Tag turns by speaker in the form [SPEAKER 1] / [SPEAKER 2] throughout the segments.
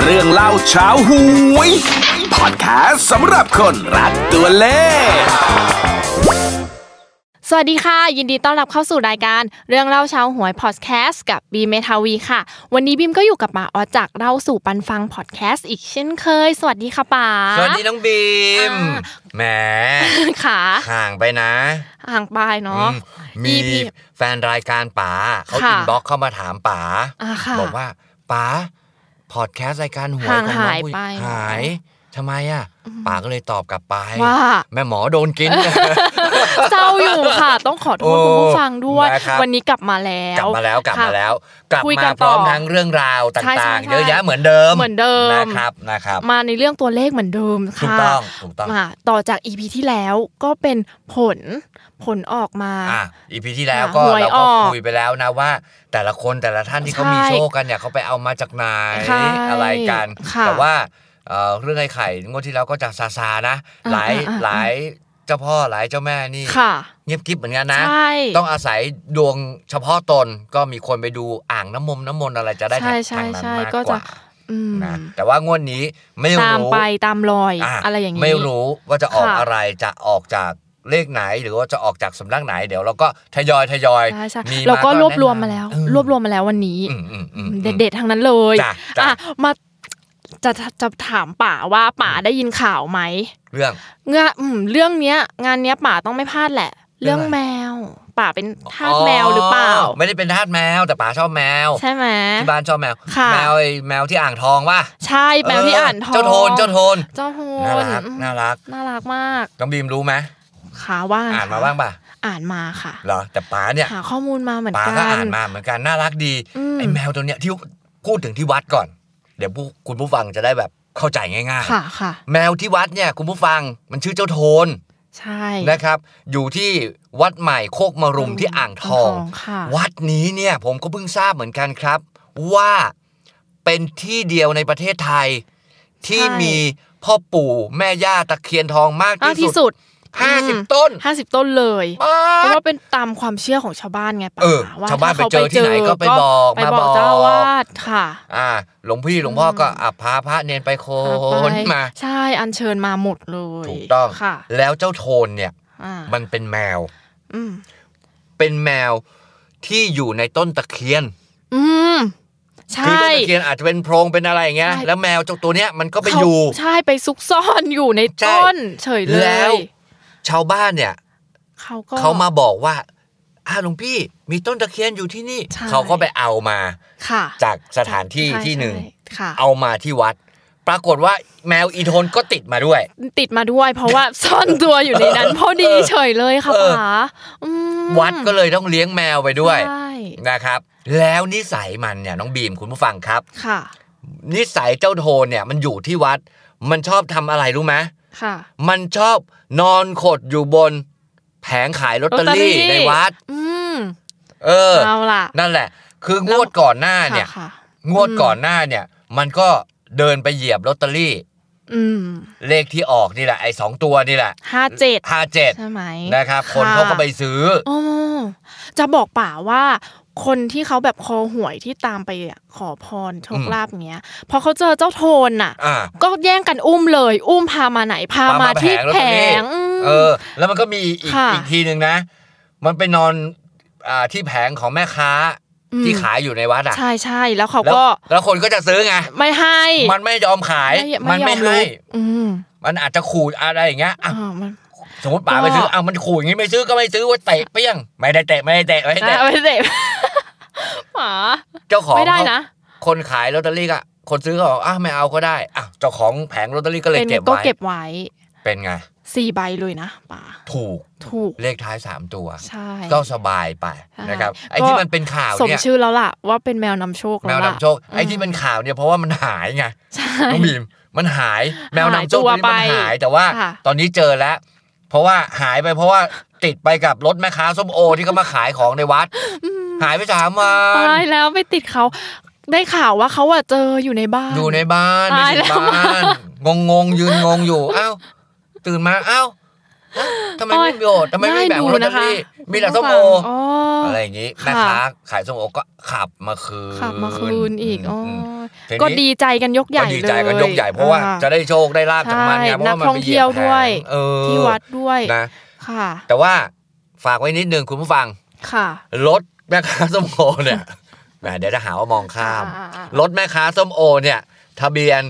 [SPEAKER 1] เรื่องเล่าเช้าหวยพอดแคสต์สำหรับคนรักตัวเลข
[SPEAKER 2] สวัสดีค่ะ ยินดีต้อนรับเข้าสู่รายการเรื่องเล่าเช้าหวยพอดแคสต์กับบีมเมทาวีค่ะ วันนี้บีมก็อยู่กับป๋าออสจากเล่าสู่ปันฟังพอดแคสต์อีกเช่นเคย สวัสดีค่ะป๋า
[SPEAKER 3] สวัสดีน้องบีม
[SPEAKER 2] อ่า
[SPEAKER 3] แหม
[SPEAKER 2] ค่ะ
[SPEAKER 3] ห่างไปนะ
[SPEAKER 2] ห่างไปเนาะ
[SPEAKER 3] มมี
[SPEAKER 2] อีพี
[SPEAKER 3] แฟนรายการป๋าเขา
[SPEAKER 2] ค่ะ
[SPEAKER 3] อินบ็อกเข้ามาถามป๋า
[SPEAKER 2] อ่าค่ะ
[SPEAKER 3] บอกว่าป๋าพอดแคสต์รายการหวย
[SPEAKER 2] ห่าง
[SPEAKER 3] ของ
[SPEAKER 2] หา
[SPEAKER 3] น้อย งผู้
[SPEAKER 2] ไป
[SPEAKER 3] หายทำไมอ่ะป๋าก็เลยตอบกลับไป
[SPEAKER 2] ว่า
[SPEAKER 3] แม่หมอโดนกิน
[SPEAKER 2] เจ้าอยู่ค่ะ ต้องขอโทษ
[SPEAKER 3] โอ้
[SPEAKER 2] คุณผู้ฟังด้วย
[SPEAKER 3] นะครับ
[SPEAKER 2] วันนี้กลับมาแล้ว
[SPEAKER 3] กลับมาแล้วกลับมาแล้ว กลับ
[SPEAKER 2] คุยกั
[SPEAKER 3] มาน พ
[SPEAKER 2] ต่อ
[SPEAKER 3] ร้อมทั้งเรื่องราวต
[SPEAKER 2] ใช่ใช่
[SPEAKER 3] ่าง
[SPEAKER 2] ใช่
[SPEAKER 3] ๆ เยอะแยะเหมือนเดิม
[SPEAKER 2] เหมือนเดิม
[SPEAKER 3] นะครับนะครับ
[SPEAKER 2] มาในเรื่องตัวเลขเหมือนเดิม
[SPEAKER 3] ถูก
[SPEAKER 2] ค่ะ
[SPEAKER 3] ต้องถูกต้อง
[SPEAKER 2] มาต่อจากอีพีที่แล้วก็เป็นผลผลออกมา
[SPEAKER 3] อ่ะอีพีที่แล้ว
[SPEAKER 2] อ่ะ
[SPEAKER 3] ก็
[SPEAKER 2] หวย
[SPEAKER 3] เรา
[SPEAKER 2] อ
[SPEAKER 3] ก็
[SPEAKER 2] อก
[SPEAKER 3] คุยไปแล้วนะว่า แต่ละคนแต่ละท่านที่เขามี
[SPEAKER 2] ใช่
[SPEAKER 3] โชคกันเนี่ยเขาไปเอามาจากไหน
[SPEAKER 2] ใช่
[SPEAKER 3] อะไรกัน
[SPEAKER 2] ค่ะ
[SPEAKER 3] แต่ว่าเอ่อเรื่องไอ้ไข่งวดที่แล้วก็จะซาซาๆนะ
[SPEAKER 2] อ่ะ
[SPEAKER 3] หลาย
[SPEAKER 2] อ่ะอ่ะ
[SPEAKER 3] หลายเจ้าพ่อหลายเจ้าแม่นี่
[SPEAKER 2] ค่ะ
[SPEAKER 3] เงียบกริบเหมือนกันนะ
[SPEAKER 2] ใช่
[SPEAKER 3] ต้องอาศัยดวงเฉพาะตนก็มีคนไปดูอ่างน้ำมนต์น้ำมนต์อะไรจะได้
[SPEAKER 2] ใช่
[SPEAKER 3] ทาง
[SPEAKER 2] ใช่
[SPEAKER 3] ทางนั้น
[SPEAKER 2] ใช่
[SPEAKER 3] มาก
[SPEAKER 2] ก็
[SPEAKER 3] ก
[SPEAKER 2] จะ
[SPEAKER 3] ว่า
[SPEAKER 2] อืม
[SPEAKER 3] นะแต่ว่างวดนี้ไม่
[SPEAKER 2] ตาม
[SPEAKER 3] รู้
[SPEAKER 2] ไปตามรอย
[SPEAKER 3] อ่ะ
[SPEAKER 2] อะไรอย่างนี้
[SPEAKER 3] ไม่รู้ว่าจะออก
[SPEAKER 2] ค่ะ
[SPEAKER 3] อะไรจะออกจากเลขไหนหรือว่าจะออกจากสำนักไหนเดี๋ยวเราก็ทยอยทยอย
[SPEAKER 2] ใช่ใช่
[SPEAKER 3] มีม
[SPEAKER 2] เราก็รวบ
[SPEAKER 3] แนะนำ
[SPEAKER 2] รวมมาแล้ว
[SPEAKER 3] เออ
[SPEAKER 2] รวบรวมมาแล้ววันนี้
[SPEAKER 3] อืมอืมอืม
[SPEAKER 2] เด็ดๆทั้งนั้นเลย
[SPEAKER 3] จ้ะจ้ะ
[SPEAKER 2] อ่ะมาจะจะจะถามป่าว่าป่าได้ยินข่าวไหม
[SPEAKER 3] เรื่อง
[SPEAKER 2] เงาอืมเรื่องเนี้ย งานเนี้ยป่าต้องไม่พลาดแหละ
[SPEAKER 3] เรื่
[SPEAKER 2] เรื่อ
[SPEAKER 3] อง
[SPEAKER 2] ง
[SPEAKER 3] อะไร
[SPEAKER 2] แมว ป่าเป็นทาสแมวหรือเปล่า
[SPEAKER 3] ไม่ได้เป็นทาสแมวแต่ป๋าชอบแมว
[SPEAKER 2] ใช่ไหม
[SPEAKER 3] ที่บ้านชอบแมว
[SPEAKER 2] ค่ะ
[SPEAKER 3] แมวไอ้แมวที่อ่างทองว่ะ
[SPEAKER 2] ใช่แมวที่อ่านทอง
[SPEAKER 3] เจ้าโทนเจ้าโทน
[SPEAKER 2] เจ้าโท
[SPEAKER 3] น่าน รัก
[SPEAKER 2] อืม
[SPEAKER 3] น่ารัก
[SPEAKER 2] น่ารักมาก
[SPEAKER 3] น้องบีมรู้ไหม
[SPEAKER 2] ขาว่า
[SPEAKER 3] อ่านมาบ้างป่ะ
[SPEAKER 2] อ่านมาค่ะ
[SPEAKER 3] เหรอแต่ป๋าเนี่ย
[SPEAKER 2] หาข้อมูลมาเหมือน
[SPEAKER 3] ป๋า
[SPEAKER 2] กั
[SPEAKER 3] ก็อ่าน นมาเหมือนกันน่ารักดี
[SPEAKER 2] อืม
[SPEAKER 3] ไอ้แมวตัวเนี้ยที่พูดถึงที่วัดก่อน เดี๋ยวผู้คุณผู้ฟังจะได้แบบเข้าใจง่ายๆ
[SPEAKER 2] ค่ะค่ะ
[SPEAKER 3] แมวที่วัดเนี่ยคุณผู้ฟังมันชื่อเจ้าโทน
[SPEAKER 2] ใช่
[SPEAKER 3] นะครับ อยู่ที่วัดใหม่โคกมรุมที่อ่างทอง
[SPEAKER 2] ค่ะ
[SPEAKER 3] วัดนี้เนี่ยผมก็เพิ่งทราบเหมือนกันครับ ว่าเป็นที่เดียวในประเทศไทย ที่
[SPEAKER 2] ใช่
[SPEAKER 3] มีพ่อปู่แม่ย่าตะเคียนทองมาก
[SPEAKER 2] มาก
[SPEAKER 3] ที่
[SPEAKER 2] ที่
[SPEAKER 3] สุ
[SPEAKER 2] สุ
[SPEAKER 3] ด
[SPEAKER 2] ด อืม
[SPEAKER 3] 50 ต้น
[SPEAKER 2] ห้าสิบต้นเลย
[SPEAKER 3] ป๊า
[SPEAKER 2] เพราะ
[SPEAKER 3] ด
[SPEAKER 2] ว่าเป็นตามความเชื่อของชาวบ้านไงป่า
[SPEAKER 3] เออ
[SPEAKER 2] ว่า
[SPEAKER 3] ชาวบ้าน
[SPEAKER 2] ถ้
[SPEAKER 3] ไปเจอที่ไหนก็ไปบอก
[SPEAKER 2] ไป
[SPEAKER 3] มา
[SPEAKER 2] บอก
[SPEAKER 3] บอก
[SPEAKER 2] เจ้าอาวาดค่ะ
[SPEAKER 3] อ่าหลวงพี่หลวงพ่อก็อ่ะพาพระเนนไปโคน
[SPEAKER 2] ไป
[SPEAKER 3] มา
[SPEAKER 2] ใช่อัญเชิญมาหมดเลย
[SPEAKER 3] ถูกต้อง
[SPEAKER 2] ค่ะ
[SPEAKER 3] แล้วเจ้าโทนเนี่ย
[SPEAKER 2] อ่า
[SPEAKER 3] มันเป็นแมว
[SPEAKER 2] อืม
[SPEAKER 3] เป็นแมวที่อยู่ในต้นตะเคียน
[SPEAKER 2] อืม
[SPEAKER 3] คือ
[SPEAKER 2] ใช่
[SPEAKER 3] ต้นตะเคียนอาจจะเป็นโพรงเป็นอะไรอย่างเงี้ย
[SPEAKER 2] ใช่
[SPEAKER 3] แล้วแมวเจ้าตัวเนี้ยมันก็ไปอยู่
[SPEAKER 2] เขาใช่ไปซุกซ่อนอยู่ใน
[SPEAKER 3] ใช่
[SPEAKER 2] ต้น เฉยเล
[SPEAKER 3] แล้
[SPEAKER 2] ย
[SPEAKER 3] วชาวบ้านเนี่ย
[SPEAKER 2] เขาก็
[SPEAKER 3] เขามาบอกว่าอ่าหลวงพี่มีต้นตะเคียนอยู่ที่นี่
[SPEAKER 2] ใช่
[SPEAKER 3] เขาก็ไปเอามา
[SPEAKER 2] ค่ะ
[SPEAKER 3] จากสถานที่
[SPEAKER 2] ใช่
[SPEAKER 3] ที่หนึ่ง
[SPEAKER 2] ใช่ค่ะ
[SPEAKER 3] เอามาที่วัด ปรากฏว่าแมวอีโทนก็ติดมาด้วย
[SPEAKER 2] ติดมาด้วย เพราะว่า ซ่อนตัวอยู่ใน นั้นพอดีเฉยเลยค่ะ
[SPEAKER 3] เออ
[SPEAKER 2] ป๋าอืม
[SPEAKER 3] วัดก็เลยต้องเลี้ยงแมวไปด้วย
[SPEAKER 2] ใช่
[SPEAKER 3] นะครับ แล้วนิสัยมันเนี่ยน้องบีมคุณผู้ฟังครับ
[SPEAKER 2] ค่ะ
[SPEAKER 3] นิสัยเจ้าโทนเนี่ยมันอยู่ที่วัด มันชอบทำอะไรรู้ไหม
[SPEAKER 2] ค่ะ
[SPEAKER 3] มันชอบนอนขดอยู่บน แผงขายลอตเตอรี่
[SPEAKER 2] ลอตเตอรี่
[SPEAKER 3] ในวัด
[SPEAKER 2] อืม
[SPEAKER 3] เออ
[SPEAKER 2] เอาล่ะ
[SPEAKER 3] นั่นแหละ คือง
[SPEAKER 2] แล้ว
[SPEAKER 3] วดก่อนหน้าเนี่ย
[SPEAKER 2] ค่ะค่ะ
[SPEAKER 3] งวดก่อนหน้าเนี่ย มันก็เดินไปเหยียบลอตเตอรี่
[SPEAKER 2] อืม
[SPEAKER 3] เลขที่ออกนี่แหละไอ้สองตัวนี่แหละ
[SPEAKER 2] ห้าเจ็ด
[SPEAKER 3] ห้าเจ็ด
[SPEAKER 2] ใช่ไหม
[SPEAKER 3] นะครับ คนเขาก็ไปซื้อ
[SPEAKER 2] โอ้จะบอกป่าว่า คนที่เขาแบบคอหวยที่ตามไปอะขอพรโชคลาภเนี้ยพอเขาเจอเจ้าโทนน่ะ
[SPEAKER 3] อ่า
[SPEAKER 2] ก็แย่งกันอุ้มเลย อุ้มพามาไหนพามาที่แผงอืม
[SPEAKER 3] เออ แล้วมันก็มีอีกอีก
[SPEAKER 2] ค่ะ
[SPEAKER 3] อีกทีหนึ่งนะ มันไปนอนอ่าที่แผงของแม่ค้า
[SPEAKER 2] อืม
[SPEAKER 3] ที่ขายอยู่ในวัดอ่ะ
[SPEAKER 2] ใช่ใช่แล้วเขา
[SPEAKER 3] แล้ว
[SPEAKER 2] ก็
[SPEAKER 3] แล้วคนก็จะซื้อไง
[SPEAKER 2] ไม่ให้
[SPEAKER 3] มันไม่ยอมขาย มันไม่
[SPEAKER 2] ยอ
[SPEAKER 3] ให้
[SPEAKER 2] ลุกอืม
[SPEAKER 3] มันอาจจะขู่อะไรอย่างเงี้ยอ่ะ
[SPEAKER 2] อ่ามัน
[SPEAKER 3] สมมติป๋าไปซื้อเอามันขู่อย่างงี้ไม่ซื้อก็ไม่ซื้อว่าเตะเปี้ยง ไม่ได้เตะไม่ได้เตะไม่ได้
[SPEAKER 2] นะ
[SPEAKER 3] เตะ
[SPEAKER 2] ไม่เจ็บหมา
[SPEAKER 3] เจ้าของ
[SPEAKER 2] ไม่ได้
[SPEAKER 3] เขา
[SPEAKER 2] นะ
[SPEAKER 3] คนขายลอตเตอรี่อะคนซื้อก็บอกอ่ะไม่เอาก็ได้อ่ะเจ้าของแผงลอตเตอรี่ก็เลย
[SPEAKER 2] เป็น
[SPEAKER 3] เก็บ
[SPEAKER 2] ก็
[SPEAKER 3] ไว้
[SPEAKER 2] เก็บไว้
[SPEAKER 3] เป็นไง
[SPEAKER 2] สี่ใบเลยนะป่า
[SPEAKER 3] ถูก
[SPEAKER 2] ถูก
[SPEAKER 3] เลขท้ายสามตัว
[SPEAKER 2] ใช่
[SPEAKER 3] ก็สบายไปนะครับไอ้ที่มันเป็นข่าว
[SPEAKER 2] สม
[SPEAKER 3] เนี่ย
[SPEAKER 2] ชื่อแล้วล่ะ ว่าเป็นแมวนำโชค
[SPEAKER 3] แม
[SPEAKER 2] แล้ว วล่ะ
[SPEAKER 3] นำโชคไอ้ที่เป็นข่าวเนี่ยเพราะว่ามันหายไง
[SPEAKER 2] ใช่
[SPEAKER 3] น้องบีมมันหายแมวนำโชค
[SPEAKER 2] หายตัว
[SPEAKER 3] นี่มัน
[SPEAKER 2] ไป
[SPEAKER 3] หายแต่ว่า
[SPEAKER 2] ค่ะ
[SPEAKER 3] ตอนนี้เจอแล้ว เพราะว่าหายไปเพราะว่าติดไปกับรถแม่ค้าส้มโอที่เขามาขายของในวัด หายไปสามวั
[SPEAKER 2] ตาย
[SPEAKER 3] น
[SPEAKER 2] แล้วไปติดเขาได้ข่าวว่าเขาอะเจออยู่ในบ้าน
[SPEAKER 3] อยู่ในบ้าน
[SPEAKER 2] ตาย
[SPEAKER 3] ไม่ถึง
[SPEAKER 2] แล้ว
[SPEAKER 3] บ้าน งงงๆยืนงงอยู่ อ้าว ตื่นมา อ้าว ฮะทำไมไม่มีประโยชน์ทำไมไม่แบ่งลอตเตอรี่มีแต่ส้มโอ อะไรอย่างนี้แม่ค้าขายส้มโอก็ขับมาคืน
[SPEAKER 2] ขับมาคืนอีกอ๋ออ
[SPEAKER 3] ม ทีนี้
[SPEAKER 2] ก็ดีใจกันยกใหญ่
[SPEAKER 3] ก็
[SPEAKER 2] เลย
[SPEAKER 3] ดีใจกันยกใหญ่เพราะว่า
[SPEAKER 2] อ่
[SPEAKER 3] จะได้โชคได้ลาบจากมันไง
[SPEAKER 2] ใช่
[SPEAKER 3] เพราะว่า
[SPEAKER 2] นั
[SPEAKER 3] มัน
[SPEAKER 2] กท่อง
[SPEAKER 3] ไปห
[SPEAKER 2] เที่ยว
[SPEAKER 3] บแผง
[SPEAKER 2] ด้วย
[SPEAKER 3] เออ
[SPEAKER 2] ที่วัดด้วย
[SPEAKER 3] นะ
[SPEAKER 2] ค่ะ
[SPEAKER 3] แต่ว่าฝากไว้นิดนึงคุณผู้ฟัง
[SPEAKER 2] ค่ะ
[SPEAKER 3] รถแม่ค้าส้มโอเนี่ย แหมเดี๋ยวจะหาว่ามองข้าม
[SPEAKER 2] อ่าอ่าอ่าร ร
[SPEAKER 3] ถแม่ค้าส้มโอเนี่ย ทะเบียน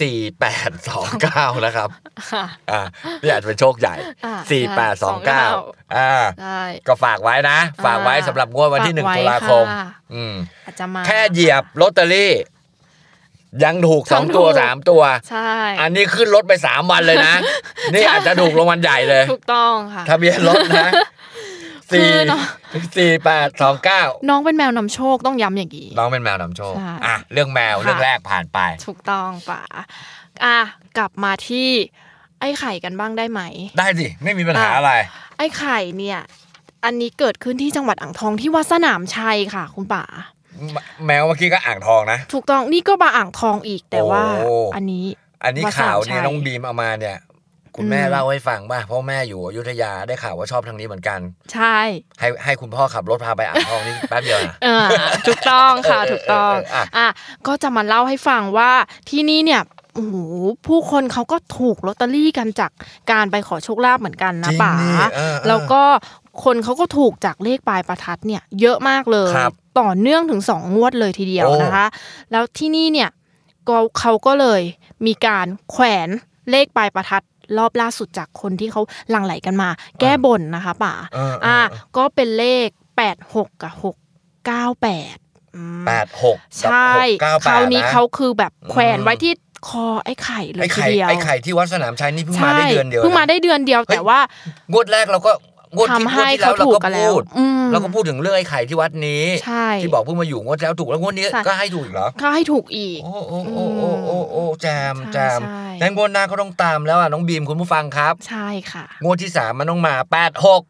[SPEAKER 3] สี่แปดสองเก้านะครับ
[SPEAKER 2] ค่ะ
[SPEAKER 3] อ่านี่อาจจะเป็นโชคใหญ่
[SPEAKER 2] อ่า
[SPEAKER 3] สี่แปดสองเก้า
[SPEAKER 2] 4829
[SPEAKER 3] อ่า
[SPEAKER 2] ได้
[SPEAKER 3] ก็ฝากไว้นะ ฝากไว้
[SPEAKER 2] อ่า
[SPEAKER 3] สำหรับงวดวันที่หนึ่ง
[SPEAKER 2] ฝากไว้
[SPEAKER 3] ตุลาคม
[SPEAKER 2] ค่ะ
[SPEAKER 3] อืม
[SPEAKER 2] อาจจะมา
[SPEAKER 3] แค่เหยียบลอตเตอรี่ ยังถูกสอง
[SPEAKER 2] ยังถูก
[SPEAKER 3] ตัวสามตัว
[SPEAKER 2] ใช่
[SPEAKER 3] อันนี้ขึ้นรถไปสามวันเลยนะ นี่อาจจะถูกรางวัลใหญ่เลย
[SPEAKER 2] ถูกต้องค่ะ
[SPEAKER 3] ทะเบียนรถนะสี่
[SPEAKER 2] คือเนอะ
[SPEAKER 3] สี่แปดสองเก้า
[SPEAKER 2] น้องเป็นแมวนำโชคต้องย้ำอย่างนี้
[SPEAKER 3] น้องเป็นแมวนำโชค
[SPEAKER 2] ใช่
[SPEAKER 3] อ่ะ เรื่องแมว
[SPEAKER 2] ค่ะ
[SPEAKER 3] เรื่องแรกผ่านไป
[SPEAKER 2] ถูกต้องป่ะอ่ะกลับมาที่ ไอ้ไข่กันบ้างได้ไหม
[SPEAKER 3] ได้สิ ไม่มีปัญหา
[SPEAKER 2] อ่ะ
[SPEAKER 3] อะไร
[SPEAKER 2] ไอ้ไข่เนี่ย อันนี้เกิดขึ้นที่จังหวัดอ่างทองที่วัดสนามชัยค่ะ คุณป่า
[SPEAKER 3] แมแมวเมื่อกี้ก็อ่างทองนะ
[SPEAKER 2] ถูกต้องนี่ก็มาอ่างทองอีกแต่ว่า
[SPEAKER 3] โอ้
[SPEAKER 2] อันนี้
[SPEAKER 3] อันนี้ข่าวเนี่ย
[SPEAKER 2] วัดสามชัย
[SPEAKER 3] น้องบีมเอามาเนี่ย คุณแม่
[SPEAKER 2] อืม
[SPEAKER 3] เล่าให้ฟังป่ะเพราะแม่อยู่อยุธยาได้ข่าวว่าชอบทางนี้เหมือนกัน
[SPEAKER 2] ใช่
[SPEAKER 3] ให้ให้คุณพ่อขับรถพาไปอ่างทองนี่แป๊บเดียวนะ
[SPEAKER 2] อ่าถูกต้องค่ะ ถูกต้อง
[SPEAKER 3] เออเออเอออ่ะ
[SPEAKER 2] อ่ะก็จะมาเล่าให้ฟังว่าที่นี่เนี่ยโอ้โหผู้คนเขาก็ถูกลอตเตอรี่กันจากการไปขอโชคลาภเหมือนกันนะ
[SPEAKER 3] จริง
[SPEAKER 2] ป๋า
[SPEAKER 3] ดิเออเออ
[SPEAKER 2] แล้วก็คนเขาก็ถูกจากเลขปลายประทัดเนี่ยเยอะมากเลย
[SPEAKER 3] ครับ
[SPEAKER 2] ต่อเนื่องถึงสองงวดเลยทีเดียว
[SPEAKER 3] โอ้
[SPEAKER 2] นะคะ แล้วที่นี่เนี่ยก็เขาก็เลยมีการแขวนเลขปลายประทัดรอบล่าสุดจากคนที่เขาหลั่งไหลกันมา แก้บนนะคะป๋า
[SPEAKER 3] เออเอ
[SPEAKER 2] อ่ะ
[SPEAKER 3] อ
[SPEAKER 2] ก็เป็นเลข 8 6 กับ 6 9 8อืม
[SPEAKER 3] แปดหก
[SPEAKER 2] ใช่
[SPEAKER 3] เก้า
[SPEAKER 2] ค
[SPEAKER 3] แป
[SPEAKER 2] ราว
[SPEAKER 3] ด
[SPEAKER 2] นี้
[SPEAKER 3] นะ
[SPEAKER 2] เขาคือแบบแขวน
[SPEAKER 3] อืม
[SPEAKER 2] ไว้ที่คอไอ้ไข่เล
[SPEAKER 3] ไอ้
[SPEAKER 2] ยที
[SPEAKER 3] ไข่
[SPEAKER 2] เดียว
[SPEAKER 3] ไอ้ไข่ที่วัดสนามชัยนี่เพิ่งมา
[SPEAKER 2] ใช่
[SPEAKER 3] ได้เดือนเดียว
[SPEAKER 2] เพิ่งมา
[SPEAKER 3] นะ
[SPEAKER 2] ได้เดือนเดียว
[SPEAKER 3] เฮ้ย
[SPEAKER 2] แต่ว่าง
[SPEAKER 3] วดแรกเราก็งวด
[SPEAKER 2] ทำ
[SPEAKER 3] ที่งวด
[SPEAKER 2] ให้
[SPEAKER 3] ที่แล้
[SPEAKER 2] เขา
[SPEAKER 3] วเรา
[SPEAKER 2] ถูก
[SPEAKER 3] ก็
[SPEAKER 2] กันแล้ว
[SPEAKER 3] พูด
[SPEAKER 2] อืม
[SPEAKER 3] เราก็พูดถึงเรื่องไอ้ไข่ที่วัดนี้
[SPEAKER 2] ใช่
[SPEAKER 3] ที่บอกเพิ่งมาอยู่งวดแล้วถูกแล้วงวดนี้
[SPEAKER 2] ใช่
[SPEAKER 3] ก็ให้ถูกอีกเหรอ
[SPEAKER 2] ก็ให้ถูกอีก
[SPEAKER 3] โอ้โอ้โอ้โอ้โอ้โอ้แจม
[SPEAKER 2] ใช่
[SPEAKER 3] แจม
[SPEAKER 2] ใช่
[SPEAKER 3] งั้นงวดหน้าก็ต้องตามแล้วอ่ะน้องบีมคุณผู้ฟังครับ
[SPEAKER 2] ใช่ค่ะ
[SPEAKER 3] งวดที่สามมันต้องมาแปดหก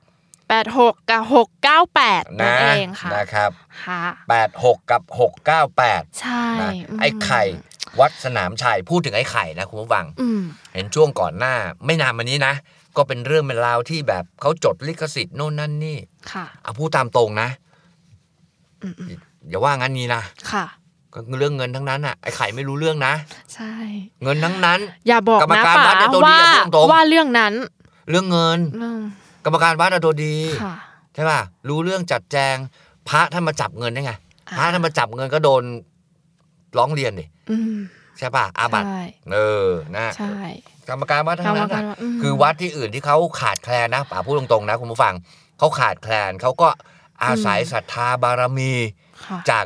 [SPEAKER 2] 8 6 กับ 6 9 8นั่
[SPEAKER 3] นะ
[SPEAKER 2] นเองค่ะ
[SPEAKER 3] นะครับ
[SPEAKER 2] ค่ะ
[SPEAKER 3] แปดหกกับหกเก้าแปด
[SPEAKER 2] ใช่
[SPEAKER 3] นะ
[SPEAKER 2] ม
[SPEAKER 3] ไอ้ไข่วัดสนามชัยพูดถึงไอ้ไข่นะคุณผู้ฟัง
[SPEAKER 2] อืม
[SPEAKER 3] เห็นช่วงก่อนหน้าไม่นานมานี้นะ ก็เป็นเรื่องเป็นราวที่แบบเขาจดลิขสิทธิ์โน่นนั่นนี่
[SPEAKER 2] ค่ะ
[SPEAKER 3] เอาพูดตามตรงนะ
[SPEAKER 2] อืม
[SPEAKER 3] อย่าว่างั้นนี้นะ
[SPEAKER 2] ค่ะ
[SPEAKER 3] ก็เรื่องเงินทั้งนั้นอ่ะไอ้ไข่ไม่รู้เรื่องนะ
[SPEAKER 2] ใช่
[SPEAKER 3] เงินทั้งนั้น
[SPEAKER 2] อย่าบอก
[SPEAKER 3] กรรม
[SPEAKER 2] นะ
[SPEAKER 3] การ
[SPEAKER 2] ป๋า
[SPEAKER 3] วัดเนี่ยตัวดี
[SPEAKER 2] ว่า
[SPEAKER 3] อะพูดตรงๆ
[SPEAKER 2] ว่าเรื่องนั้น
[SPEAKER 3] เรื่องเงิน
[SPEAKER 2] เรื่อง
[SPEAKER 3] กรรมการวัดอะตัวดี
[SPEAKER 2] ค่ะ
[SPEAKER 3] ใช่ป่ะรู้เรื่องจัดแจง พระท่านมาจับเงินได้ไง
[SPEAKER 2] อ่า
[SPEAKER 3] พระท่านมาจับเงินก็โดนร้องเรียนดิ
[SPEAKER 2] อืม
[SPEAKER 3] ใช่ป่ะอาบัติ
[SPEAKER 2] ใช่
[SPEAKER 3] เออนะ
[SPEAKER 2] ใช่
[SPEAKER 3] กรรมการวัดทั้
[SPEAKER 2] กรรง ม
[SPEAKER 3] นั้
[SPEAKER 2] การ
[SPEAKER 3] นอะ
[SPEAKER 2] วัดม
[SPEAKER 3] คือวัดที่อื่นที่เขาขาดแคลนนะป่าพูดตรงๆนะคุณผู้ฟังเขาขาดแคลนเขาก็อาศัยศรัทธาบารมี
[SPEAKER 2] ค่ะ
[SPEAKER 3] จาก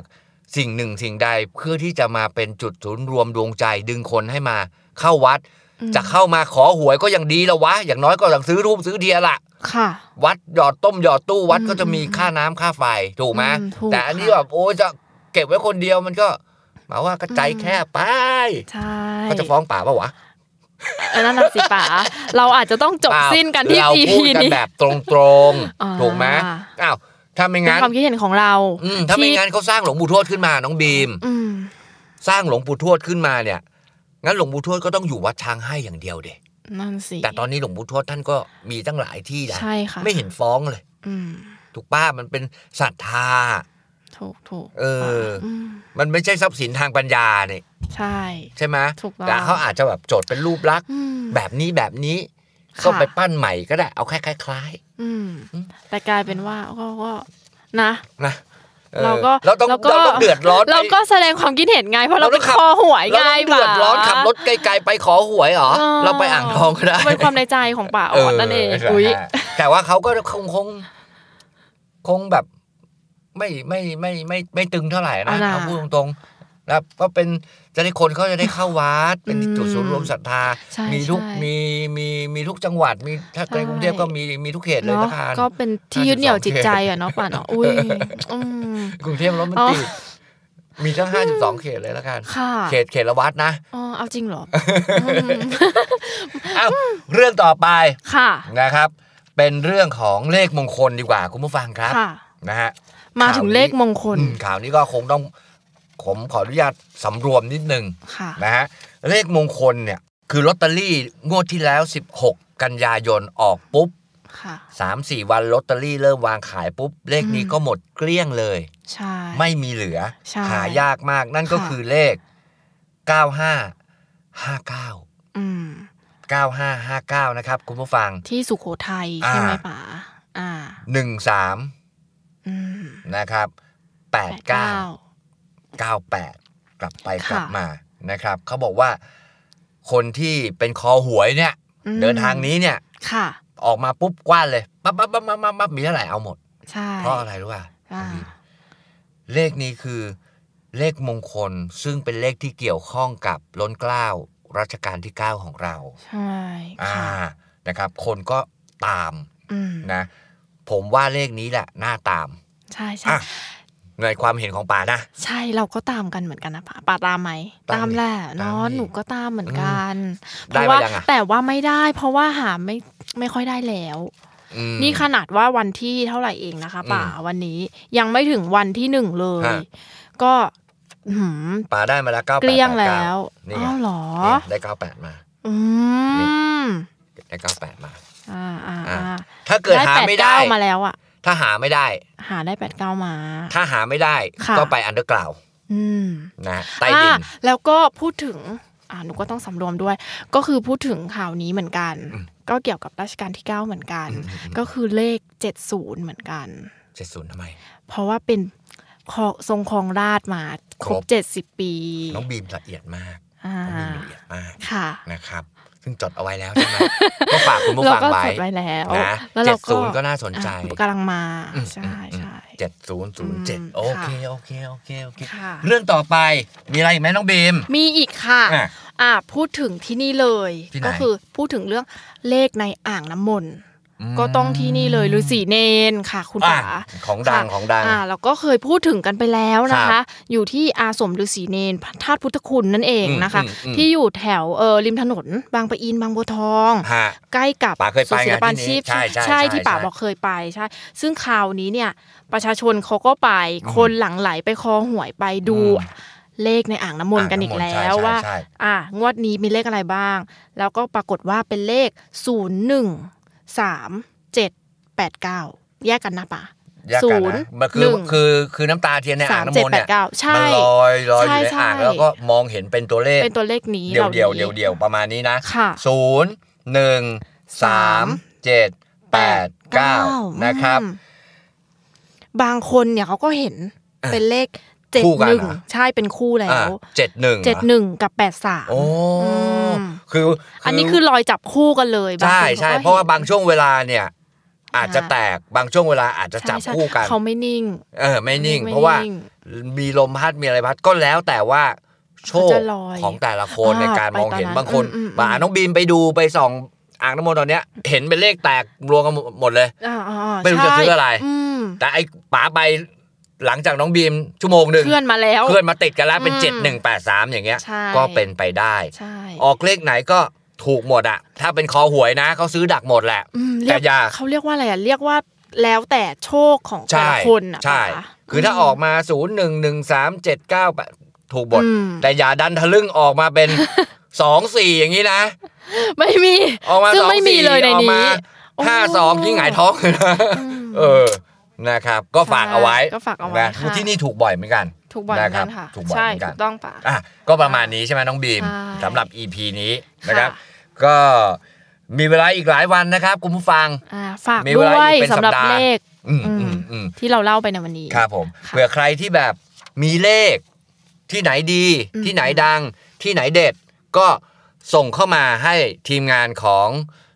[SPEAKER 3] สิ่งหนึ่งสิ่งใดเพื่อที่จะมาเป็นจุดศูนย์รวมดวงใจดึงคนให้มาเข้าวัด
[SPEAKER 2] อืม
[SPEAKER 3] จะเข้ามาขอหวยก็ยังดีแล้ววะ อย่างน้อยก็ต้องซื้อรูปซื้อเดียละ
[SPEAKER 2] ค่ะ
[SPEAKER 3] วัดหยอดต้มหยอดตู้วัด
[SPEAKER 2] อืม
[SPEAKER 3] ก็จะมีค่าน้ำค่าไฟถูกไหม
[SPEAKER 2] อืมถูก
[SPEAKER 3] แต่อันนี้
[SPEAKER 2] ค่ะ
[SPEAKER 3] แบบโอ้ยจะเก็บไว้คนเดียวมันก็หมายว่ากระใจแค่ไป
[SPEAKER 2] ใช่
[SPEAKER 3] เขาจะฟ้องป่าปะวะ
[SPEAKER 2] อันนั้นน่ะสิป๋าเราอาจจะต้องจบ
[SPEAKER 3] เปล่า
[SPEAKER 2] สิ้นกันที่
[SPEAKER 3] เรา
[SPEAKER 2] EP
[SPEAKER 3] พูดกัน
[SPEAKER 2] นี้
[SPEAKER 3] แบบตรง
[SPEAKER 2] อ่า
[SPEAKER 3] ๆ ถูกไหมอ้าวถ้าไม่
[SPEAKER 2] เป็น
[SPEAKER 3] งั้น
[SPEAKER 2] ความคิดเห็นของเรา
[SPEAKER 3] อืมถ้าไม่
[SPEAKER 2] ที่
[SPEAKER 3] งั้นเขาสร้างหลวงปู่ทวดขึ้นมาน้องบีม
[SPEAKER 2] อืม
[SPEAKER 3] สร้างหลวงปู่ทวดขึ้นมาเนี่ย งั้นหลวงปู่ทวดก็ต้องอยู่วัดช้างให้อย่างเดียวเดย
[SPEAKER 2] นั่นสิ
[SPEAKER 3] แต่ตอนนี้หลวงปู่ทวดท่านก็มีตั้งหลายที่นะ
[SPEAKER 2] ใช่ค่ะ
[SPEAKER 3] ไม่เห็นฟ้องเลย
[SPEAKER 2] อืม
[SPEAKER 3] ถูกป้ามันเป็นศรัทธา
[SPEAKER 2] ถูกถูก
[SPEAKER 3] เออ
[SPEAKER 2] ม
[SPEAKER 3] มันไม่ใช่ทรัพย์สินทางปัญญาเนี่ย
[SPEAKER 2] ใช่
[SPEAKER 3] ใช่ไหม
[SPEAKER 2] ถูกต้อง
[SPEAKER 3] แต่เขาอาจจะแบบโจทย์เป็นรูปลักษณ์
[SPEAKER 2] อืม
[SPEAKER 3] แบบนี้แบบนี้
[SPEAKER 2] ค่ะ
[SPEAKER 3] ก็ไปปั้นใหม่ก็ได้เอาแค่คล้าย
[SPEAKER 2] อืมแต่กลายเป็นว่าก็ก็นะ
[SPEAKER 3] ๆนะออ
[SPEAKER 2] เราก็
[SPEAKER 3] เราต้องเราต้องเดือดร้อน
[SPEAKER 2] เรา
[SPEAKER 3] ไป
[SPEAKER 2] ก็แสดงความคิดเห็นไงเพราะเรา
[SPEAKER 3] เราต้
[SPEAKER 2] เป็
[SPEAKER 3] อน งขับ
[SPEAKER 2] คอหวย
[SPEAKER 3] เรา
[SPEAKER 2] ไง
[SPEAKER 3] ต้องเดือด
[SPEAKER 2] ป๋า
[SPEAKER 3] ร้อนขับรถไกลๆไปขอหวยเหรอ เราไปอ่างทองก็ได้
[SPEAKER 2] เป็นความในใจของป่าออดนั่นเองอุ้ย
[SPEAKER 3] ใช่แต่ว่าเขาก็คงคง คงแบบ ไม่ไม่ไม่ไมไม่ไม่ตึงเท่าไหร่นะ
[SPEAKER 2] อ่านะ
[SPEAKER 3] เอาพูดตรงๆแล้วก็เป็นจะได้คนเขาจะได้เข้าวัด เป็นจุดศูนย์รวมศรัทธา
[SPEAKER 2] ใช่
[SPEAKER 3] มีทุก
[SPEAKER 2] ใช่
[SPEAKER 3] มีมีมีทุกจังหวัด มีถ้า
[SPEAKER 2] ใช่
[SPEAKER 3] ในกรุงเทพก็มีมีทุกเขตเลย
[SPEAKER 2] เนาะ
[SPEAKER 3] นะคะ
[SPEAKER 2] ก็เป็นที่ยึดเหนี่ยวจิตใจอะเนาะป่าเนาะอุ้ยอืม
[SPEAKER 3] กรุงเทพรถมัน
[SPEAKER 2] อ๋อ
[SPEAKER 3] ติดมีทั้งห้าสิบสองเขตเลยละกัน
[SPEAKER 2] ค่ะ
[SPEAKER 3] เขตเขตละวัดนะ
[SPEAKER 2] อ๋อเอาจริงเหรออืม
[SPEAKER 3] อ้าวเรื่องต่อไป
[SPEAKER 2] ค่ะ
[SPEAKER 3] นะครับ เป็นเรื่องของเลขมงคลดีกว่าคุณผู้ฟังครับ
[SPEAKER 2] ค่ะ
[SPEAKER 3] นะฮะ
[SPEAKER 2] มาถึงเลขมงคล
[SPEAKER 3] อืมข่าวนี้ก็คงต้องผมขออนุญาตสำรวมนิดนึง
[SPEAKER 2] ค่ะ
[SPEAKER 3] นะฮะเลขมงคลเนี่ย คือลอตเตอรี่งวดที่แล้ว 16 กันยายนออกปุ๊บ
[SPEAKER 2] ค่ะ
[SPEAKER 3] 3 4 วันลอตเตอรี่เริ่มวางขายปุ๊บ เลขนี้ก็หมดเกลี้ยงเลย
[SPEAKER 2] ใช่
[SPEAKER 3] ไม่มีเหลือ
[SPEAKER 2] ใช่
[SPEAKER 3] หายากมากนั่นก็
[SPEAKER 2] ค่ะ
[SPEAKER 3] คือเลข 95 59
[SPEAKER 2] อืม
[SPEAKER 3] 9559 นะครับ คุณผู้ฟัง
[SPEAKER 2] ที่สุโขทัย
[SPEAKER 3] อ่า
[SPEAKER 2] ใช่ไหมป๋าอ่า
[SPEAKER 3] 13
[SPEAKER 2] อืม
[SPEAKER 3] นะครับ
[SPEAKER 2] แปดเก้า
[SPEAKER 3] 89 98 กลับไป
[SPEAKER 2] ค่ะ
[SPEAKER 3] กลับมานะครับเขาบอกว่าคนที่เป็นคอหวยเนี่ย
[SPEAKER 2] อืม
[SPEAKER 3] เดินทางนี้เนี่ย
[SPEAKER 2] ค่ะ
[SPEAKER 3] ออกมาปุ๊บกว้านเลยปั๊บปั๊บปั๊บปั๊บปั๊บปั๊บมีเท่าไหร่เอาหมด
[SPEAKER 2] ใช่
[SPEAKER 3] เพราะอะไรรู้ป่ะ
[SPEAKER 2] อ่า
[SPEAKER 3] เลขนี้คือเลขมงคลซึ่งเป็นเลขที่เกี่ยวข้องกับล้นเกล้ารัชกาลที่ 9 ของเรา
[SPEAKER 2] ใช่
[SPEAKER 3] อ่า
[SPEAKER 2] ค่ะ
[SPEAKER 3] นะครับ คนก็ตาม
[SPEAKER 2] อืม
[SPEAKER 3] นะ ผมว่าเลขนี้แหละน่าตาม
[SPEAKER 2] ใช่ใช่
[SPEAKER 3] อ่ะในความเห็นของป่านะ
[SPEAKER 2] ใช่เราก็ตามกันเหมือนกันนะป่าป่าตามไหม
[SPEAKER 3] ตา
[SPEAKER 2] ตาม ม
[SPEAKER 3] ดิ
[SPEAKER 2] แหละ
[SPEAKER 3] ตา
[SPEAKER 2] เนาะ
[SPEAKER 3] มดิ
[SPEAKER 2] หนูก็ตามเหมือนกันเพ
[SPEAKER 3] ได้
[SPEAKER 2] ราะ
[SPEAKER 3] มา
[SPEAKER 2] ว่า
[SPEAKER 3] ยังอะ
[SPEAKER 2] แต่ว่าไม่ได้ เพราะว่าหาไม่ไม่ค่อยได้แล้ว
[SPEAKER 3] อืม
[SPEAKER 2] นี่ขนาดว่าวันที่เท่าไหร่เองนะคะ ป่า
[SPEAKER 3] อืม
[SPEAKER 2] วันนี้ยังไม่ถึงวันที่หนึ่งเลย
[SPEAKER 3] ฮะ
[SPEAKER 2] ก็อื้อหือ
[SPEAKER 3] ป่าได้มาแล้วเก้า
[SPEAKER 2] เกลี้ยงแล้ว
[SPEAKER 3] นี่ไง
[SPEAKER 2] อ้าวเหรอ
[SPEAKER 3] เนี่ยได้เก้าแปดมา
[SPEAKER 2] อื
[SPEAKER 3] นี่
[SPEAKER 2] ม
[SPEAKER 3] ได้เก้าแปดมา
[SPEAKER 2] อ่าอ่า
[SPEAKER 3] อ่า
[SPEAKER 2] อ่า
[SPEAKER 3] ถ้าเกิดหา
[SPEAKER 2] แปด
[SPEAKER 3] ไม่
[SPEAKER 2] เก้า
[SPEAKER 3] ได้
[SPEAKER 2] มาแล้วอ่ะ
[SPEAKER 3] ถ้าหาไม่ได้
[SPEAKER 2] หาได้แปดเก้ามา
[SPEAKER 3] ถ้าหาไม่ได้
[SPEAKER 2] ค่ะ
[SPEAKER 3] ก็ไปอันเดอร์กล่าว
[SPEAKER 2] อืม
[SPEAKER 3] นะใต้ดิน
[SPEAKER 2] อ่ะแล้วก็พูดถึงอ่าหนูก็ต้องสำรวมด้วย ก็คือพูดถึงข่าวนี้เหมือนกัน
[SPEAKER 3] อืม
[SPEAKER 2] ก็เกี่ยวกับรัชกาลที่ 9 เหมือนกัน ก็คือเลข 70 เหมือนกัน
[SPEAKER 3] เจ็ดศูนย์ทำไม
[SPEAKER 2] เพราะว่าเป็นครองทรงครองราชย์มาคร
[SPEAKER 3] ครบ
[SPEAKER 2] บ 70 ปี
[SPEAKER 3] น้องบีมละเอียดมาก
[SPEAKER 2] อ่า
[SPEAKER 3] น้องบีมละเอียดมาก
[SPEAKER 2] ค่ะ
[SPEAKER 3] นะครับ ซึ่งจดเอาไว้แล้วใช่ ไหมก็ฝากคุณผู้
[SPEAKER 2] เรา
[SPEAKER 3] ฟัง
[SPEAKER 2] ก็
[SPEAKER 3] ไว้
[SPEAKER 2] จดไว้แล้ว
[SPEAKER 3] นะ
[SPEAKER 2] แล้ว
[SPEAKER 3] เจ็
[SPEAKER 2] เรา
[SPEAKER 3] ดศูนย์ก็น่าสนใจ
[SPEAKER 2] อ่ะกำลังมาใช่ใช่
[SPEAKER 3] เจ็ดศูนย์ศูนย์เจ็ด
[SPEAKER 2] อืม
[SPEAKER 3] โอเค
[SPEAKER 2] ค่ะ
[SPEAKER 3] โอเคโอเคโอเค
[SPEAKER 2] ค่ะ
[SPEAKER 3] เรื่องต่อไปมีอะไรอีกไหมน้องบีม
[SPEAKER 2] มีอีกค่ะ
[SPEAKER 3] อ่ะ
[SPEAKER 2] อ่าพูดถึงที่นี่เลย
[SPEAKER 3] ที่ไหน
[SPEAKER 2] ก็คือพูดถึงเรื่องเลขในอ่างน้ำมนต์ ก็ต้องที่นี่เลยฤาษีเนนค่ะ คุณ
[SPEAKER 3] อ่ะ
[SPEAKER 2] ป๋า
[SPEAKER 3] ของดัง
[SPEAKER 2] ค่ะ
[SPEAKER 3] ของดัง
[SPEAKER 2] อ่าเราก็เคยพูดถึงกันไปแล้วนะคะ อยู่ที่อาสมฤาษีเนนพระธาตุพุทธคุณนั่นเองนะคะ
[SPEAKER 3] อืมอืมอืม
[SPEAKER 2] ที่อยู่แถวเออริมถนนบางปะอินบางบัวทอง
[SPEAKER 3] ฮะ
[SPEAKER 2] ใกล้กับ
[SPEAKER 3] ป๋าเคยไป
[SPEAKER 2] ศูนศิลปา
[SPEAKER 3] ไง
[SPEAKER 2] ชี
[SPEAKER 3] ที่
[SPEAKER 2] พ
[SPEAKER 3] นี่ใช่ใช่
[SPEAKER 2] ใช่
[SPEAKER 3] ใช่
[SPEAKER 2] ที่ป๋า
[SPEAKER 3] ใช่
[SPEAKER 2] บอกเคยไปใช่ ซึ่งคราวนี้เนี่ยประชาชนเขาก็ไปคนหลั่งไหลไปคอหวยไปดู
[SPEAKER 3] อืม
[SPEAKER 2] เลขในอ่างน้ำมนต์กันอีก
[SPEAKER 3] อ่างน้ำมนต์
[SPEAKER 2] แล้ว
[SPEAKER 3] ใช่ใช่
[SPEAKER 2] ว่า
[SPEAKER 3] ใช่
[SPEAKER 2] อ่ะงวดนี้มีเลขอะไรบ้าง แล้วก็ปรากฏว่าเป็นเลข 0 1 3 7 8 9 แยกกันนะป๋า
[SPEAKER 3] ยากกัน
[SPEAKER 2] ศูนย์
[SPEAKER 3] นะมันคือ
[SPEAKER 2] หนึ่ง
[SPEAKER 3] คือคือน้ำตาเทียนในอ่างน้ำมนต์เนี่ย
[SPEAKER 2] สามเจ็ดแปดเก้าใช่
[SPEAKER 3] มันลอยลอยอยู่ใน
[SPEAKER 2] ใช่
[SPEAKER 3] อ่าง
[SPEAKER 2] ใช่
[SPEAKER 3] แล้วก็มองเห็นเป็นตัวเลข
[SPEAKER 2] เป็นตัวเลขนี้
[SPEAKER 3] เดี่ยวเดี่ย
[SPEAKER 2] ห
[SPEAKER 3] ว
[SPEAKER 2] ล่านี้
[SPEAKER 3] เดี่ยวเดี่ยวประมาณนี้นะ
[SPEAKER 2] ค่ะ
[SPEAKER 3] ศูนย์หนึ่งสา
[SPEAKER 2] สา
[SPEAKER 3] ม
[SPEAKER 2] ม
[SPEAKER 3] เจ็ดแปดเก้า
[SPEAKER 2] อืม
[SPEAKER 3] นะครับ
[SPEAKER 2] บางคนเนี่ยเขาก็เห็นเป็นเลขเจ็ด
[SPEAKER 3] คู่กัน
[SPEAKER 2] หนึ่ง
[SPEAKER 3] เหรอ
[SPEAKER 2] ใช่เป็นคู่แล้
[SPEAKER 3] อ่าว เจ็ดหนึ่ง
[SPEAKER 2] เจ็ดหนึ่งกับแปดสาม
[SPEAKER 3] โอ้
[SPEAKER 2] อืม
[SPEAKER 3] คือ
[SPEAKER 2] อันนี้คือรอยจับคู่กันเลยบาง
[SPEAKER 3] ใช่
[SPEAKER 2] คน
[SPEAKER 3] ใช่
[SPEAKER 2] ขก็
[SPEAKER 3] เพราะว่า
[SPEAKER 2] ห็น
[SPEAKER 3] บางช่วงเวลาเนี่ย อาจจะ
[SPEAKER 2] อ่า
[SPEAKER 3] แตกบางช่วงเวลาอาจจะ
[SPEAKER 2] ใช่
[SPEAKER 3] จับ
[SPEAKER 2] ใช่
[SPEAKER 3] คู่กัน
[SPEAKER 2] เขาไม่นิ่ง
[SPEAKER 3] เออไม่นิ่ง
[SPEAKER 2] ไม่
[SPEAKER 3] เพราะว่า
[SPEAKER 2] นิ่ง
[SPEAKER 3] มีลมพัดมีอะไรพัดก็แล้วแต่ว่าโชค
[SPEAKER 2] เขาจะลอย
[SPEAKER 3] ของแต่ละคนใน
[SPEAKER 2] อ่า
[SPEAKER 3] การมองเห็น
[SPEAKER 2] ไปตอนนั้น
[SPEAKER 3] บางคน
[SPEAKER 2] อืมอืมอืม
[SPEAKER 3] บาน้องบีมไปดูไปส่องอ่างน้ำมนต์ตอนเนี้ย เห็นเป็นเลขแตกรวมกันหมดเลย
[SPEAKER 2] อ่าอ่า
[SPEAKER 3] ไม่รู้จะซื้ออะไร
[SPEAKER 2] อืม
[SPEAKER 3] แต่ไอ้ป๋าไปหลังจากน้องบีมชั่วโมงหนึ่ง
[SPEAKER 2] เคลื่อนมาแล้ว
[SPEAKER 3] เคลื่อนมาติดกันแล้วเป็น
[SPEAKER 2] อืม
[SPEAKER 3] เจ็ดหนึ่งแปดสามอย่างเงี้ย
[SPEAKER 2] ใช่
[SPEAKER 3] ก็เป็นไปได้
[SPEAKER 2] ใช่
[SPEAKER 3] ออกเลขไหนก็ถูกหมดอะถ้าเป็นคอหวยนะเขาซื้อดักหมดแหละ
[SPEAKER 2] อืมเรี
[SPEAKER 3] แต่
[SPEAKER 2] ก
[SPEAKER 3] อยา
[SPEAKER 2] เขาเรียกว่าอะไรอ่ะเรียกว่าแล้วแต่โชคของแต่ละ
[SPEAKER 3] ใช่
[SPEAKER 2] คนอ่ะ
[SPEAKER 3] ใช่
[SPEAKER 2] ป่ะ
[SPEAKER 3] คือถ้าออกมา 0 1 1 3 7 9 8ถูกบท
[SPEAKER 2] อืม
[SPEAKER 3] แต่อย่าดันทะลึ่งออกมา เป็น 2 4 อย่างนี้นะ
[SPEAKER 2] ไม่มี
[SPEAKER 3] ออกมา
[SPEAKER 2] ซึ่ง
[SPEAKER 3] สอง
[SPEAKER 2] ไม่มี
[SPEAKER 3] สี่
[SPEAKER 2] เลยใน
[SPEAKER 3] ออกมา
[SPEAKER 2] นี้โ
[SPEAKER 3] ห้าสองยิ่งหงายท้องเลยนะเออนะครับ ก็ฝากเอาไว้
[SPEAKER 2] ก็ฝากเอาไว้
[SPEAKER 3] นะ
[SPEAKER 2] ค่ะ
[SPEAKER 3] ที่นี่ถูกบ่อยเหมือนกัน
[SPEAKER 2] ถูกบ่อยเหมือนกัน
[SPEAKER 3] รับ
[SPEAKER 2] ค่ะ
[SPEAKER 3] ถูกบ่อย
[SPEAKER 2] ใช่
[SPEAKER 3] เหมือนกั
[SPEAKER 2] ถู
[SPEAKER 3] น
[SPEAKER 2] กต้องป่ะ
[SPEAKER 3] อ่ะก็ประมาณนี้ใช่ไหมน้องบีม
[SPEAKER 2] ใช่
[SPEAKER 3] สำหรับ EP นี้นะครับ
[SPEAKER 2] ค่ะ
[SPEAKER 3] ก็มีเวลาอีกหลายวันนะครับคุณผู้ฟัง
[SPEAKER 2] อ่าฝาก
[SPEAKER 3] มี
[SPEAKER 2] ด้
[SPEAKER 3] เวลา
[SPEAKER 2] วย
[SPEAKER 3] อีกเป็นสั
[SPEAKER 2] สำ
[SPEAKER 3] ป
[SPEAKER 2] หรับ
[SPEAKER 3] ดาห์
[SPEAKER 2] เลข
[SPEAKER 3] อืมอืมอืม
[SPEAKER 2] ที่เราเล่าไปในวันนี้
[SPEAKER 3] ครับผม
[SPEAKER 2] ค่ะ
[SPEAKER 3] เผื่อใครที่แบบมีเลขที่ไหนดี
[SPEAKER 2] อืม
[SPEAKER 3] ที่ไหนดังที่ไหนเด็ด ก็ส่งเข้ามาให้ทีมงานของ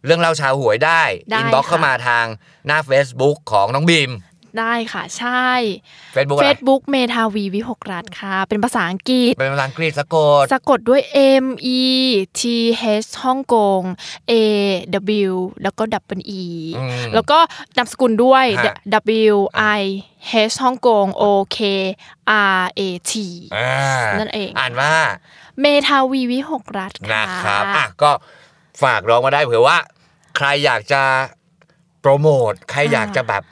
[SPEAKER 3] เรื่องเล่าชาวหวยได้ อินบ็อกเข้ามาทางหน้า Facebook ของน้องบีม
[SPEAKER 2] ได้ค่ะใช่
[SPEAKER 3] Facebook อะไร
[SPEAKER 2] Facebook เมทาวีวิหกรัฐค่ะ เป็นภาษาอังกฤษ
[SPEAKER 3] เป็นภาษาอังกฤษสะกด
[SPEAKER 2] สะกดด้วย M E T H ฮ่องกง A W แล้วก็ W E
[SPEAKER 3] อืม
[SPEAKER 2] แล้วก็นามสกุลด้วย
[SPEAKER 3] ฮะ
[SPEAKER 2] W I H ฮ่องกง O K R A T
[SPEAKER 3] อ่า
[SPEAKER 2] นั่นเอง
[SPEAKER 3] อ่านว่า
[SPEAKER 2] เมทาวีวิหกรัฐค่ะ
[SPEAKER 3] นะครับอ่ะก็ฝากร้องมาได้เผื่อว่า ใครอยากจะโปรโมท ใครอยากจะแบบ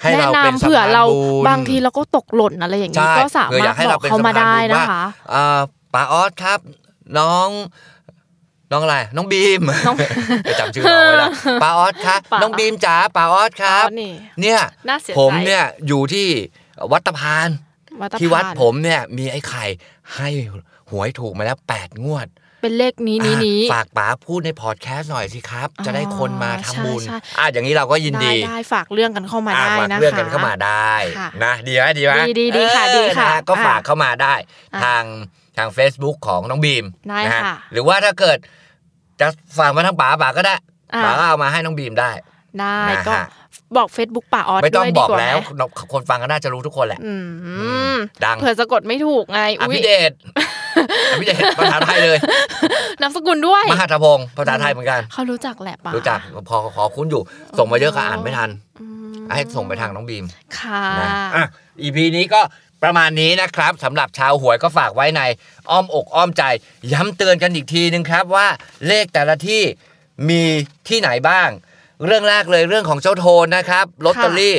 [SPEAKER 3] ให้เรา
[SPEAKER 2] แนะ
[SPEAKER 3] เป็น
[SPEAKER 2] นำ
[SPEAKER 3] สะ
[SPEAKER 2] เผื่อ
[SPEAKER 3] พาน
[SPEAKER 2] เรา
[SPEAKER 3] บุญ
[SPEAKER 2] บางทีเราก็ตกหล่นอะไรอย่างนี้
[SPEAKER 3] ใช่
[SPEAKER 2] ก็สา
[SPEAKER 3] คือ
[SPEAKER 2] มา
[SPEAKER 3] อ
[SPEAKER 2] ร
[SPEAKER 3] ย
[SPEAKER 2] ถ
[SPEAKER 3] กให้
[SPEAKER 2] บอ
[SPEAKER 3] เรา
[SPEAKER 2] ก
[SPEAKER 3] เป็น
[SPEAKER 2] เขา
[SPEAKER 3] สะพ
[SPEAKER 2] มาได้
[SPEAKER 3] บุญ
[SPEAKER 2] นะ
[SPEAKER 3] ว่
[SPEAKER 2] คะ
[SPEAKER 3] เอ่อป๋าออสครับ น้อง น้องอะไร น้องบีม
[SPEAKER 2] น้อง
[SPEAKER 3] ไปจำชื่อน้องไว้ละ ป้าออสคะ
[SPEAKER 2] ป้า
[SPEAKER 3] น้องบีมจ๋าป้าออสครับ
[SPEAKER 2] อ๋อนี่
[SPEAKER 3] เนี่ย
[SPEAKER 2] น่าเสียใจ
[SPEAKER 3] ผมเนี่ยอยู่ที่วัดตะพาน
[SPEAKER 2] วัดตะ
[SPEAKER 3] ที่วัด
[SPEAKER 2] พาน
[SPEAKER 3] ผมเนี่ยมีไอ้ไข่ให้หวยถูกมาแล้ว 8 งวด
[SPEAKER 2] เป็นเลขนี้นี้นี้
[SPEAKER 3] ฝากป๋าพูดในพอดแคสต์หน่อยสิครับ
[SPEAKER 2] อ๋อ
[SPEAKER 3] จะได้คนมาทำบุญ
[SPEAKER 2] ใช่ใช่
[SPEAKER 3] อ่ะอย่างนี้เราก็ยิน
[SPEAKER 2] ได้
[SPEAKER 3] ดี
[SPEAKER 2] ได้ฝากเรื่องกันเข้ามา
[SPEAKER 3] อ่ะ
[SPEAKER 2] ได้
[SPEAKER 3] มา
[SPEAKER 2] นะคะ
[SPEAKER 3] เรื่องกันเข้ามาได้
[SPEAKER 2] ค่ะ
[SPEAKER 3] นะดีไหมดีไหม
[SPEAKER 2] ดีดีดีค่ะ
[SPEAKER 3] เออ
[SPEAKER 2] ดีค่ะ
[SPEAKER 3] นก็ฝากเข้ามาได้
[SPEAKER 2] อ่ะ
[SPEAKER 3] ทางทาง Facebook ของน้องบีม
[SPEAKER 2] ได้
[SPEAKER 3] นะฮ
[SPEAKER 2] ค่ะ
[SPEAKER 3] หรือว่าถ้าเกิดจะฝากมาทางป๋าป๋าก็ได้
[SPEAKER 2] อ่ะ
[SPEAKER 3] ป๋าก็เอามาให้น้องบีมได้
[SPEAKER 2] ได้
[SPEAKER 3] นะฮะ
[SPEAKER 2] ก็บอก Facebook ป่าออส
[SPEAKER 3] ไม่ต้อง
[SPEAKER 2] ด้วย
[SPEAKER 3] บ
[SPEAKER 2] ดี
[SPEAKER 3] อก
[SPEAKER 2] กว่า
[SPEAKER 3] แล้ว
[SPEAKER 2] ไหม
[SPEAKER 3] คนฟังก็น่าจะรู้ทุกคนแหละ
[SPEAKER 2] อืม
[SPEAKER 3] ดัง
[SPEAKER 2] เผื่อสะกดไม่ถูกไง
[SPEAKER 3] อ
[SPEAKER 2] อุ้ย
[SPEAKER 3] ภิเด ชอภิเดชภาษาไทยเลย
[SPEAKER 2] นามสกุลด้วย
[SPEAKER 3] มหาธพงศ์ภาษาไทยเหมือนกัน
[SPEAKER 2] เขารู้จักแหละป่า
[SPEAKER 3] รู้จักพอขอคุ้นอยู่ ส่งมาเยอะก็อ่านไม่ทัน
[SPEAKER 2] อืม
[SPEAKER 3] ให้ส่งไปทางน้องบีม
[SPEAKER 2] ค่ะ
[SPEAKER 3] นะอ่ะ EP นี้ก็ประมาณนี้นะครับสำหรับชาวหวยก็ฝากไว้ในอ้อมอกอ้อมใจ ย้ำเตือนกันอีกทีนึงครับว่าเลขแต่ละที่มีที่ไหนบ้าง เรื่องแรกเลยเรื่องของเจ้าโทนนะครับลอตเตอรี่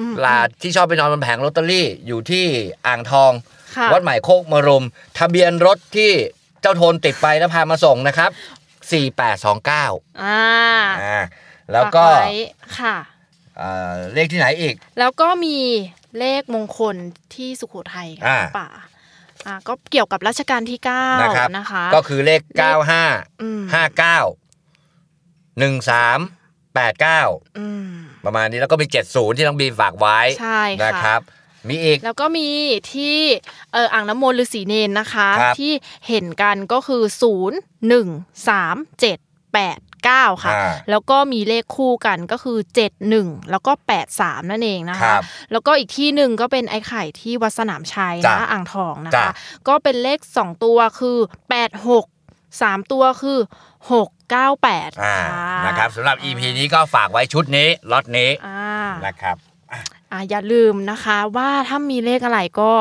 [SPEAKER 2] อืม
[SPEAKER 3] หลาดที่ชอบไปนอนบนแผงลอตเตอรี่อยู่ที่อ่างทอง
[SPEAKER 2] ค่ะ
[SPEAKER 3] วัดใหม่โคกมรุม ทะเบียนรถที่เจ้าโทนติดไปแล้วพามาส่งนะครับ 4829
[SPEAKER 2] อ่า
[SPEAKER 3] อ่าแล้วก็
[SPEAKER 2] ฝาไค่ะ
[SPEAKER 3] เอ่อเลขที่ไหนอีก
[SPEAKER 2] แล้วก็มีเลขมงคลที่สุโขทัยค่ะ
[SPEAKER 3] อ่า
[SPEAKER 2] ป่าอ่าก็เกี่ยวกับรัชกาลที่9
[SPEAKER 3] นะครับ
[SPEAKER 2] นะคะ
[SPEAKER 3] ก็คือเลข 95
[SPEAKER 2] อืม
[SPEAKER 3] 59 13 89
[SPEAKER 2] อืม
[SPEAKER 3] ประมาณนี้แล้วก็มี 70 ที่น้องบีมฝากไว้
[SPEAKER 2] ใช่
[SPEAKER 3] นะค
[SPEAKER 2] ค่ะ
[SPEAKER 3] รับ มีอีก
[SPEAKER 2] แล้วก็มีที่เอ่ออ่างน้ำมนต์ฤาษีเนนนะคะ
[SPEAKER 3] ครับ
[SPEAKER 2] ที่เห็นกันก็คือ 0 1 3 7 8 9 ค่ะ
[SPEAKER 3] อ่า
[SPEAKER 2] แล้วก็มีเลขคู่กันก็คือ 71 แล้วก็ 83 นั่นเองนะ
[SPEAKER 3] ครั
[SPEAKER 2] คะ
[SPEAKER 3] บ
[SPEAKER 2] แล้วก็อีกที่หนึ่งก็เป็นไอ้ไข่ที่วัดสนามชัย
[SPEAKER 3] จ้ะ
[SPEAKER 2] นะอ่างทองนะ
[SPEAKER 3] จ้ะ
[SPEAKER 2] คะ ก็เป็นเลข 2 ตัวคือ 86 3 ตัวคือ 698
[SPEAKER 3] อ่า
[SPEAKER 2] ค่ะ
[SPEAKER 3] นะครับสำหรับ EP นี้ก็ฝากไว้ชุดนี้ล็อตนี้
[SPEAKER 2] อ่า
[SPEAKER 3] นะครับ
[SPEAKER 2] อ่ะอย่าลืมนะคะว่าถ้ามีเลขอะไรก็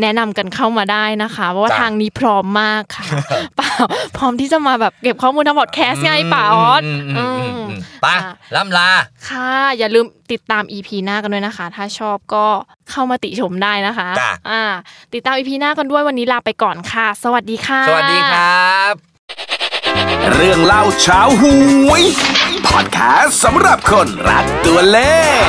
[SPEAKER 2] แนะนำกันเข้ามาได้นะคะเพราะว่า
[SPEAKER 3] จ้ะ
[SPEAKER 2] ทางนี้พร้อมมากค่ะ เปล่าพร้อมที่จะมาแบบเก็บข้อมูลทางพอดแคสต์ไงป่าออส
[SPEAKER 3] มมม
[SPEAKER 2] อืม
[SPEAKER 3] อืมไปล่ำลา
[SPEAKER 2] ค่ะอย่าลืมติดตาม EP หน้ากันด้วยนะคะ ถ้าชอบก็เข้ามาติชมได้นะคะ
[SPEAKER 3] จ้ะ
[SPEAKER 2] อ่าติดตาม EP หน้ากันด้วยวันนี้ลาไปก่อนค่ะ สวัสดีค่ะ
[SPEAKER 3] สวัสดีครับ
[SPEAKER 1] เรื่องเล่าเช้าหวย พอดแคสต์สำหรับคนรักตัวเลข